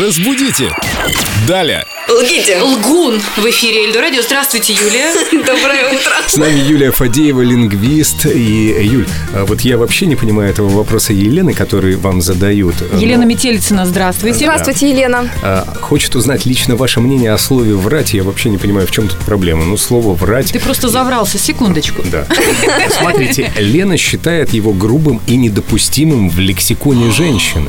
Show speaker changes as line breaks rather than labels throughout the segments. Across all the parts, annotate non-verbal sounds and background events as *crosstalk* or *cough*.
Разбудите! Далее!
Лгите.
Лгун в эфире Эльдо Радио. Здравствуйте, Юлия.
Доброе утро.
С нами Юлия Фадеева, лингвист. И, Юль, а вот я вообще не понимаю этого вопроса Елены, который вам задают.
Елена
Но,
Метелицына, здравствуйте.
Здравствуйте, Елена.
а, хочет узнать лично ваше мнение о слове «врать». Я вообще не понимаю, в чем тут проблема. Ну, слово «врать»
Ты просто заврался, секундочку.
*laughs* Да. Смотрите, Лена считает его грубым и недопустимым в лексиконе женщины.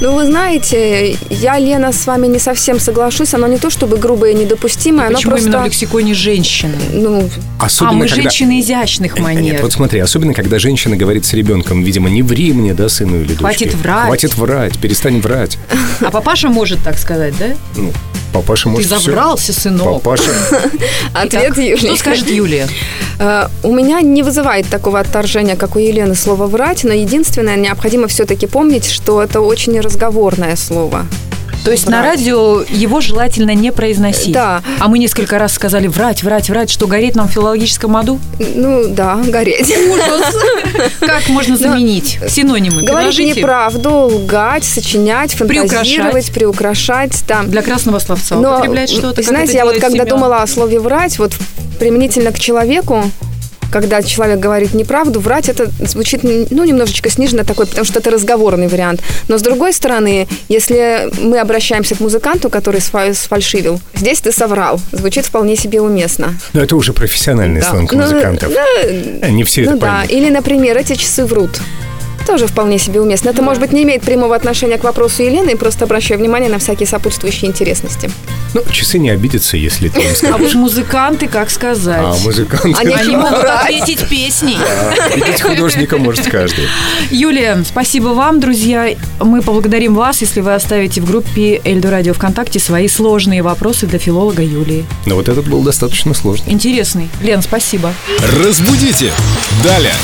Ну, вы знаете, я, Лена, с вами не совсем соглашусь. Оно не то чтобы грубое и недопустимое, оно
Почему именно в
просто...
лексиконе женщины?
Ну,
а мы а
когда-
женщины изящных манер.
Нет, вот смотри, особенно когда женщина говорит с ребенком, видимо, не ври мне, да, сыну или дочке.
Хватит врать.
Хватит врать, перестань врать.
А папаша может так сказать, да?
Ну, папаша
Ты
может всё.
заврался, сынок.
Папаша,
*laughs* ответ
Итак,
Юлии.
Что
*laughs*
скажет Юлия?
Э, У меня не вызывает такого отторжения, как у Елены, слово «врать», но единственное, необходимо все-таки помнить, что это очень разговорное слово.
То есть на
Врать.
радио его желательно не произносить.
Да.
А мы несколько раз сказали врать, врать, врать, что гореть нам в филологическом аду.
Ну, да, гореть. *laughs*
Как можно заменить синонимы?
Говорить
Предложите.
неправду, лгать, сочинять, фантазировать,
Приукрашать.
приукрашать. там.
Для красного словца
Но,
употреблять что-то. как
знаете,
это
я вот
делает
когда
Семен.
думала о слове «врать», вот применительно к человеку, когда человек говорит неправду, врать это звучит, ну, немножечко сниженно такой, потому что это разговорный вариант. Но с другой стороны, если мы обращаемся к музыканту, который сфа- сфальшивил, здесь ты соврал, звучит вполне себе уместно.
ну это уже профессиональный
Да.
сленг
Ну,
музыкантов.
ну,
Они все это
ну да,
поймут.
или, например, эти часы врут. Тоже вполне себе уместно.
Ну
Это, может быть, не имеет прямого отношения к вопросу Елены, просто обращаю внимание на всякие сопутствующие интересности.
Ну, часы не обидятся, если ты им скажешь.
*laughs*
А уж музыканты, как сказать?
А музыканты...
Они-
Они могут ответить песней.
А, Ведь художника может каждый.
Юлия, спасибо вам, друзья. Мы поблагодарим вас, если вы оставите в группе Эльду Радио ВКонтакте свои сложные вопросы для филолога Юлии.
Но вот этот был достаточно сложный.
Интересный. Лен, спасибо.
Разбудите! Далее!